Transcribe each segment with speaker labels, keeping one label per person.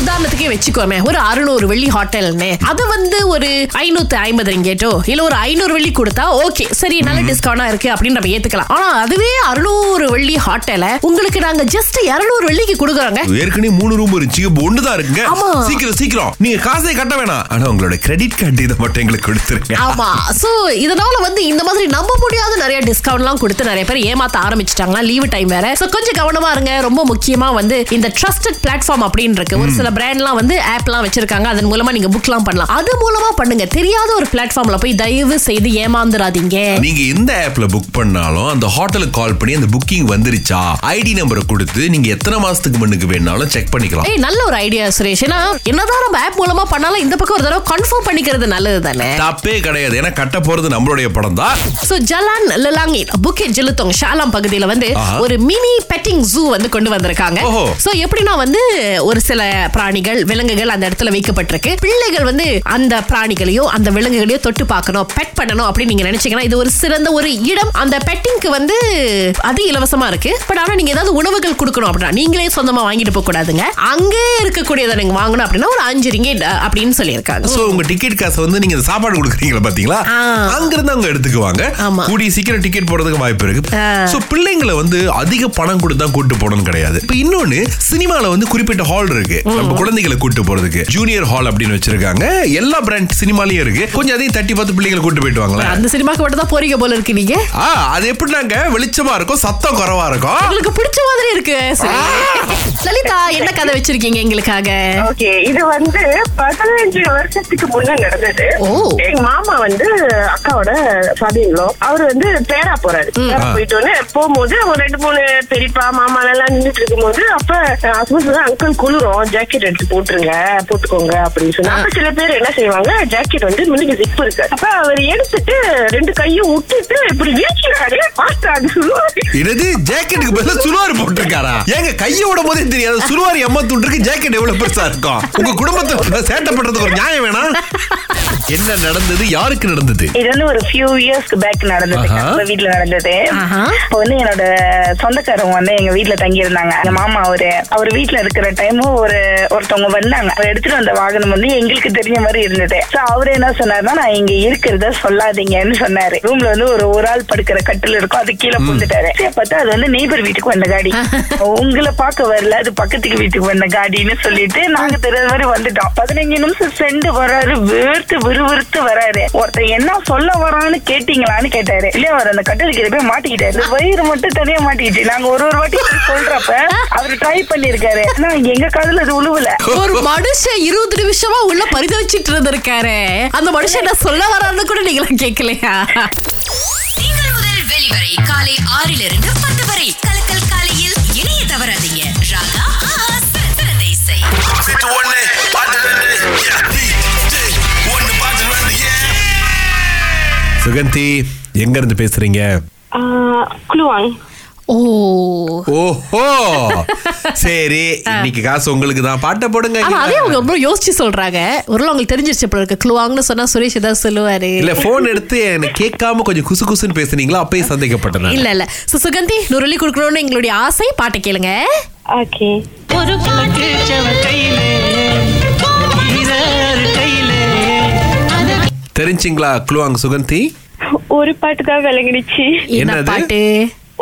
Speaker 1: உதாரணத்துக்கே வச்சுக்கோமே ஒரு அறுநூறு வெள்ளி ஹோட்டல்னு அது வந்து ஒரு ஐநூத்தி ஐம்பது ரிங்கேட்டோ இல்ல ஒரு ஐநூறு வெள்ளி கொடுத்தா ஓகே சரி நல்ல டிஸ்கவுண்டா இருக்கு அப்படின்னு நம்ம ஏத்துக்கலாம் ஆனா அதுவே அறுநூறு வெள்ளி ஹோட்டல உங்களுக்கு நாங்க ஜஸ்ட் இருநூறு வெள்ளிக்கு கொடுக்குறோங்க
Speaker 2: ஏற்கனவே மூணு ரூம் இருந்துச்சு இப்ப ஒண்ணுதான் இருக்குங்க
Speaker 1: ஆமா.
Speaker 2: சீக்கிரம் சீக்கிரம் நீங்க காசை கட்ட வேணாம் ஆனா உங்களோட கிரெடிட் கார்டு இதை மட்டும் எங்களுக்கு கொடுத்துருங்க
Speaker 1: ஆமா சோ இதனால வந்து இந்த மாதிரி நம்ப முடியாத நிறைய டிஸ்கவுண்ட்லாம் கொடுத்து நிறைய பேர் ஏமாத்த ஆரம்பிச்சிட்டாங்களா லீவு டைம் வேற சோ கொஞ்சம் கவனமா இருங்க ரொம்ப முக்கியமா வந்து இந்த ட்ரஸ்டட் பிளாட்ஃபார்ம் அப்படின்னு இருக்கு ஒரு சில பிராண்ட்லாம் வந்து ஆப்லாம் வச்சிருக்காங்க அதன் மூலமா நீங்க புக்லாம் பண்ணலாம் அது மூலமா பண்ணுங்க தெரியாத ஒரு பிளாட்ஃபார்ம்ல போய் தயவு செய்து ஏமாந்துடாதீங்க
Speaker 2: நீங்க எந்த ஆப்ல புக் பண்ணாலும் அந்த ஹோட்டலுக்கு கால் பண்ணி அந்த புக்கிங் வந்துருச்சா ஐடி நம்பரை கொடுத்து நீங்க எத்தனை மாசத்துக்கு முன்னுக்கு வேணாலும் செக் பண்ணிக்கலாம்
Speaker 1: ஏய் நல்ல ஒரு ஐடியா சுரேஷ் ஏன்னா என்னதான் நம்ம ஆப் மூலமா பண்ணாலும் இந்த பக்கம் ஒரு தடவை கன்ஃபார்ம் பண்ணிக்கிறது நல்லது தானே
Speaker 2: தப்பே கிடையாது ஏன்னா கட்ட போறது நம்மளுடைய படம் தான்
Speaker 1: சோ ஜலான் லலாங்கி புக்கெட் ஜெலுத்தோங் ஷாலாம் பகுதியில வந்து
Speaker 2: ஆஹா.
Speaker 1: ஒரு மினி பெட்டிங் ஜூ வந்து கொண்டு வந்திருக்காங்க
Speaker 2: ஓஹோ.
Speaker 1: சோ எப்படின்னா வந்து ஒரு சில பிராணிகள் விலங்குகள் அந்த இடத்துல வைக்கப்பட்டிருக்கு பிள்ளைகள் வந்து அந்த பிராணிகளையோ அந்த விலங்குகளையோ தொட்டு பார்க்கணும் பெட் பண்ணணும் அப்படின்னு நீங்க நினைச்சீங்கன்னா இது ஒரு சிறந்த ஒரு இடம் அந்த பெட்டிங்க்கு வந்து அது இலவசமா இருக்கு பட் ஆனா நீங்க ஏதாவது உணவுகள் கொடுக்கணும் அப்படின்னா நீங்களே சொந்தமா வாங்கிட்டு போக கூடாதுங்க அங்கே இருக்கக்கூடியதை நீங்க வாங்கணும் அப்படின்னா ஒரு அஞ்சு ரிங்கேட் அஹ், அப்படின்னு சொல்லியிருக்காங்க
Speaker 2: சோ உங்க டிக்கெட் காசை வந்து நீங்க இந்த சாப்பாடு கொடுக்குறீங்களா பாத்தீங்களா
Speaker 1: ஆ.
Speaker 2: அங்க இருந்து அவங்க எடுத்துக்குவாங்க
Speaker 1: ஆமா.
Speaker 2: கூடிய சீக்கிரம் டிக்கெட் போடுறதுக்கு வாய்ப்பு இருக்கு சோ பிள்ளைங்களை வந்து அதிக பணம் கொடுத்து தான் கூட்டு போடணும் கிடையாது இப்ப இன்னொன்னு சினிமால வந்து குறிப்பிட்ட ஹால் இருக்கு நம்ம குழந்தைகளை கூட்டு போறதுக்கு ஜூனியர் ஹால் அப்படின்னு வச்சிருக்காங்க எல்லா பிராண்ட் சினிமாலயும் இருக்கு கொஞ்சம் அதையும் தட்டி பார்த்து பிள்ளைங்களை கூட்டு போயிட்டு வாங்களேன்
Speaker 1: அந்த சினிமாக்கு மட்டும் தான் போறீங்க போல இருக்கு நீங்க
Speaker 2: ஆ, அது எப்படினாங்க வெளிச்சமா இருக்கும் சத்தம் குறவா இருக்கும்
Speaker 1: உங்களுக்கு பிடிச்ச மாதிரி இருக்கு சரி. லலிதா என்ன கதை வச்சிருக்கீங்க எங்களுக்காக
Speaker 3: ஓகே இது வந்து பதினஞ்சு வருஷத்துக்கு முன்ன நடந்தது
Speaker 1: ஓ.
Speaker 3: எங்க மாமா வந்து அக்காவோட பதினோ அவர் வந்து பேரா போறாரு பேரா
Speaker 2: ஆ.
Speaker 3: போயிட்டோன்னு போகும்போது ஒரு ரெண்டு மூணு பெரியப்பா மாமா எல்லாம் நின்றுட்டு இருக்கும்போது அப்ப ஹஸ்பண்ட் சொல்ல அங்கிள் குளிரும் ஜாக்கெட் எடுத்து போட்டுருங்க போட்டுக்கோங்க அப்படின்னு சொன்னா அப்ப சில பேர் என்ன செய்வாங்க ஜாக்கெட் வந்து முன்னுக்கு ஜிப் இருக்கு அப்ப அவர் எடுத்துட்டு ரெண்டு கையும் விட்டுட்டு இப்படி வீழ்ச்சிக்காரே பாஸ்டா அது சொல்லுவாரு
Speaker 2: என்னது ஜாக்கெட்டுக்கு பதிலா சுருவாரி போட்டிருக்காரா ஏங்க கையை விடும் போதே தெரியாது சுருவாரி அம்மா துண்டுக்கு ஜாக்கெட் எவ்வளவு பெருசா இருக்கும் உங்க குடும்பத்தை சேட்டை பண்றதுக்கு ஒரு நியாயம் வேணாம் என்ன நடந்தது யாருக்கு நடந்தது
Speaker 3: இது வந்து ஒரு ஃபியூ இயர்ஸ்க்கு பேக் நடந்தது
Speaker 2: ஆஹா.
Speaker 3: நம்ம வீட்ல நடந்தது
Speaker 1: ஆஹா.
Speaker 3: இப்போ வந்து என்னோட சொந்தக்காரவங்க வந்து எங்க வீட்ல தங்கி இருந்தாங்க எங்க மாமா அவரு அவர் வீட்ல இருக்கிற டைமும் ஒரு ஒருத்தவங்க வந்தாங்க அவர் எடுத்துட்டு வந்த வாகனம் வந்து எங்களுக்கு தெரிஞ்ச மாதிரி இருந்தது சோ அவரு என்ன சொன்னாருன்னா நான் இங்க இருக்கிறத சொல்லாதீங்கன்னு சொன்னாரு ரூம்ல வந்து ஒரு ஒரு ஆள் படுக்கிற கட்டில் இருக்கும் அது கீழே புந்துட்டாரு பார்த்தா அது வந்து நெய்பர் வீட்டுக்கு வந்த காடி உங்களை பார்க்க வரல அது பக்கத்துக்கு வீட்டுக்கு வந்த காடின்னு சொல்லிட்டு நாங்க தெரியாத மாதிரி வந்துட்டோம் பதினஞ்சு நிமிஷம் சென்று வராரு வேர்த்து விறுவிறுத்து வராரு ஒருத்தர் என்ன சொல்ல வரான்னு கேட்டீங்களான்னு கேட்டாரு இல்ல அவர் அந்த கட்டளைக்கு போய் மாட்டிக்கிட்டாரு இந்த வயிறு மட்டும் தனியா மாட்டிக்கிச்சு நாங்க ஒரு ஒரு வாட்டி போய் சொல்றப்ப அவர் ட்ரை பண்ணிருக்காரு ஆனா எங்க காதுல அது உழுவல
Speaker 1: ஒரு மனுஷன் இருபது நிமிஷமா உள்ள பரிதவிச்சிட்டு இருந்திருக்காரு அந்த மனுஷன் என்ன சொல்ல வரான்னு கூட நீங்களா கேட்கலையா
Speaker 4: திங்கள் முதல் வெளிவரை காலை ஆறிலிருந்து பத்து வரை கலக்கல் காலையில் இணைய தவறாதீங்க ராகா ஆஹா, சிறந்த இசை.
Speaker 5: Fit one day, body ready. Yeah, DJ, one the body ready. Yeah.
Speaker 2: Suganthi எங்க இருந்து பேசுறீங்க
Speaker 6: குளுவாங்
Speaker 1: ஓ
Speaker 2: ஓஹோ சரி இன்னைக்கு காசு உங்களுக்கு தான் பாட்டை போடுங்க
Speaker 1: ஆனா அதே அவங்க ரொம்ப யோசிச்சு சொல்றாங்க ஒரு வேளை உங்களுக்கு தெரிஞ்சிருச்சு போல இருக்கு க்ளூவாங்கன்னு சொன்னா சுரேஷ் ஏதாவது சொல்லுவாரு
Speaker 2: இல்ல போன் எடுத்து என்ன கேட்காம கொஞ்சம் குசு குசுன்னு பேசுனீங்களா அப்பயே சந்தேகப்பட்டேன் நான்.
Speaker 1: இல்ல இல்ல சோ, சுகந்தி நுரளி கொடுக்கணும்னு எங்களுடைய ஆசை பாட்டை கேளுங்க
Speaker 6: ஓகே
Speaker 7: ஒரு கணக்கு செவக்கையிலே இதாறு கையிலே
Speaker 2: தெரிஞ்சுங்களா குளுவாங்க சுகந்தி
Speaker 6: ஒரு பாட்டு தான் விளங்கிடுச்சு
Speaker 1: என்ன
Speaker 2: என்னது?
Speaker 1: பாட்டு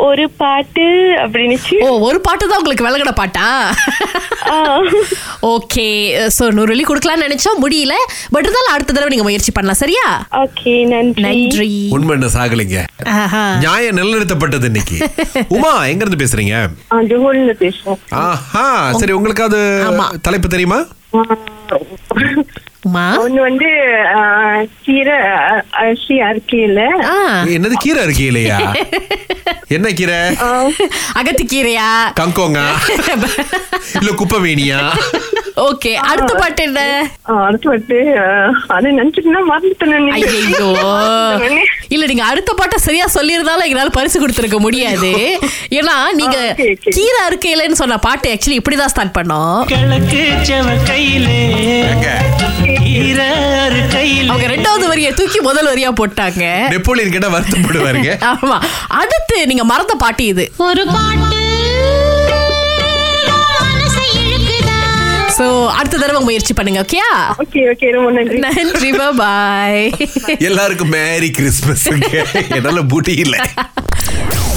Speaker 6: ஒரு பாட்டு அப்படின்னுச்சு
Speaker 1: ஓ ஒரு பாட்டு தான் உங்களுக்கு விலகின பாட்டா
Speaker 6: ஆ.
Speaker 1: ஓகே சோ நூறு வெள்ளி கொடுக்கலாம்னு நினைச்சோம் முடியல பட் இருந்தாலும் அடுத்த தடவை நீங்க முயற்சி பண்ணலாம் சரியா
Speaker 6: ஓகே நன்றி
Speaker 1: நன்றி
Speaker 2: உண்மை என்ன சாகலைங்க
Speaker 1: ஆஹா.
Speaker 2: நியாயம் நிலைநிறுத்தப்பட்டது இன்னைக்கு உமா எங்க இருந்து பேசுறீங்க
Speaker 3: ஜோல்னு பேசுவோம்
Speaker 2: ஆஹா சரி உங்களுக்கு அது
Speaker 1: ஆமா.
Speaker 2: தலைப்பு தெரியுமா
Speaker 1: உமா
Speaker 3: ஒண்ணு வந்து கீரை அரிசி அரிக்கையில
Speaker 1: ஆ.
Speaker 2: என்னது கீரை இருக்கு இல்லையா என்ன கீரை
Speaker 1: அகத்திக்கீரையா
Speaker 2: கங்கோங்கா இல்ல குப்பை மீனியா
Speaker 1: ஓகே அடுத்த பாட்டு என்ன
Speaker 3: அடுத்து வந்து அதை நினைச்சிட்டு
Speaker 1: ஐயோ இல்ல நீங்க அடுத்த பாட்டை சரியா சொல்லியிருந்தாலும் எங்களால பரிசு கொடுத்திருக்க முடியாது ஏன்னா நீங்க
Speaker 3: okay, okay.
Speaker 1: கீரை இருக்கையிலன்னு சொன்ன பாட்டு ஆக்சுவலி இப்படிதான் ஸ்டார்ட் பண்ணோம்
Speaker 7: கிழக்கு செவக்கையிலே
Speaker 2: எங்க?
Speaker 7: இதாறு
Speaker 1: அவங்க
Speaker 7: கையிலே
Speaker 1: ரெண்டாவது வரியை தூக்கி முதல் வரியா போட்டாங்க
Speaker 2: நெப்போலியன் கேட்டா வருத்தப்படுவாருங்க
Speaker 1: ஆமா அடுத்து நீங்க மறந்த பாட்டு இது
Speaker 8: ஒரு பாட்டு மனசை இழுக்குதா
Speaker 1: சோ அடுத்த தடவை முயற்சி பண்ணுங்க ஓகேயா
Speaker 6: ஓகே ஓகே ரொம்ப நன்றி
Speaker 1: நன்றி பாய்
Speaker 2: எல்லாருக்கும் மேரி கிறிஸ்மஸ் என்னால முடி இல்லை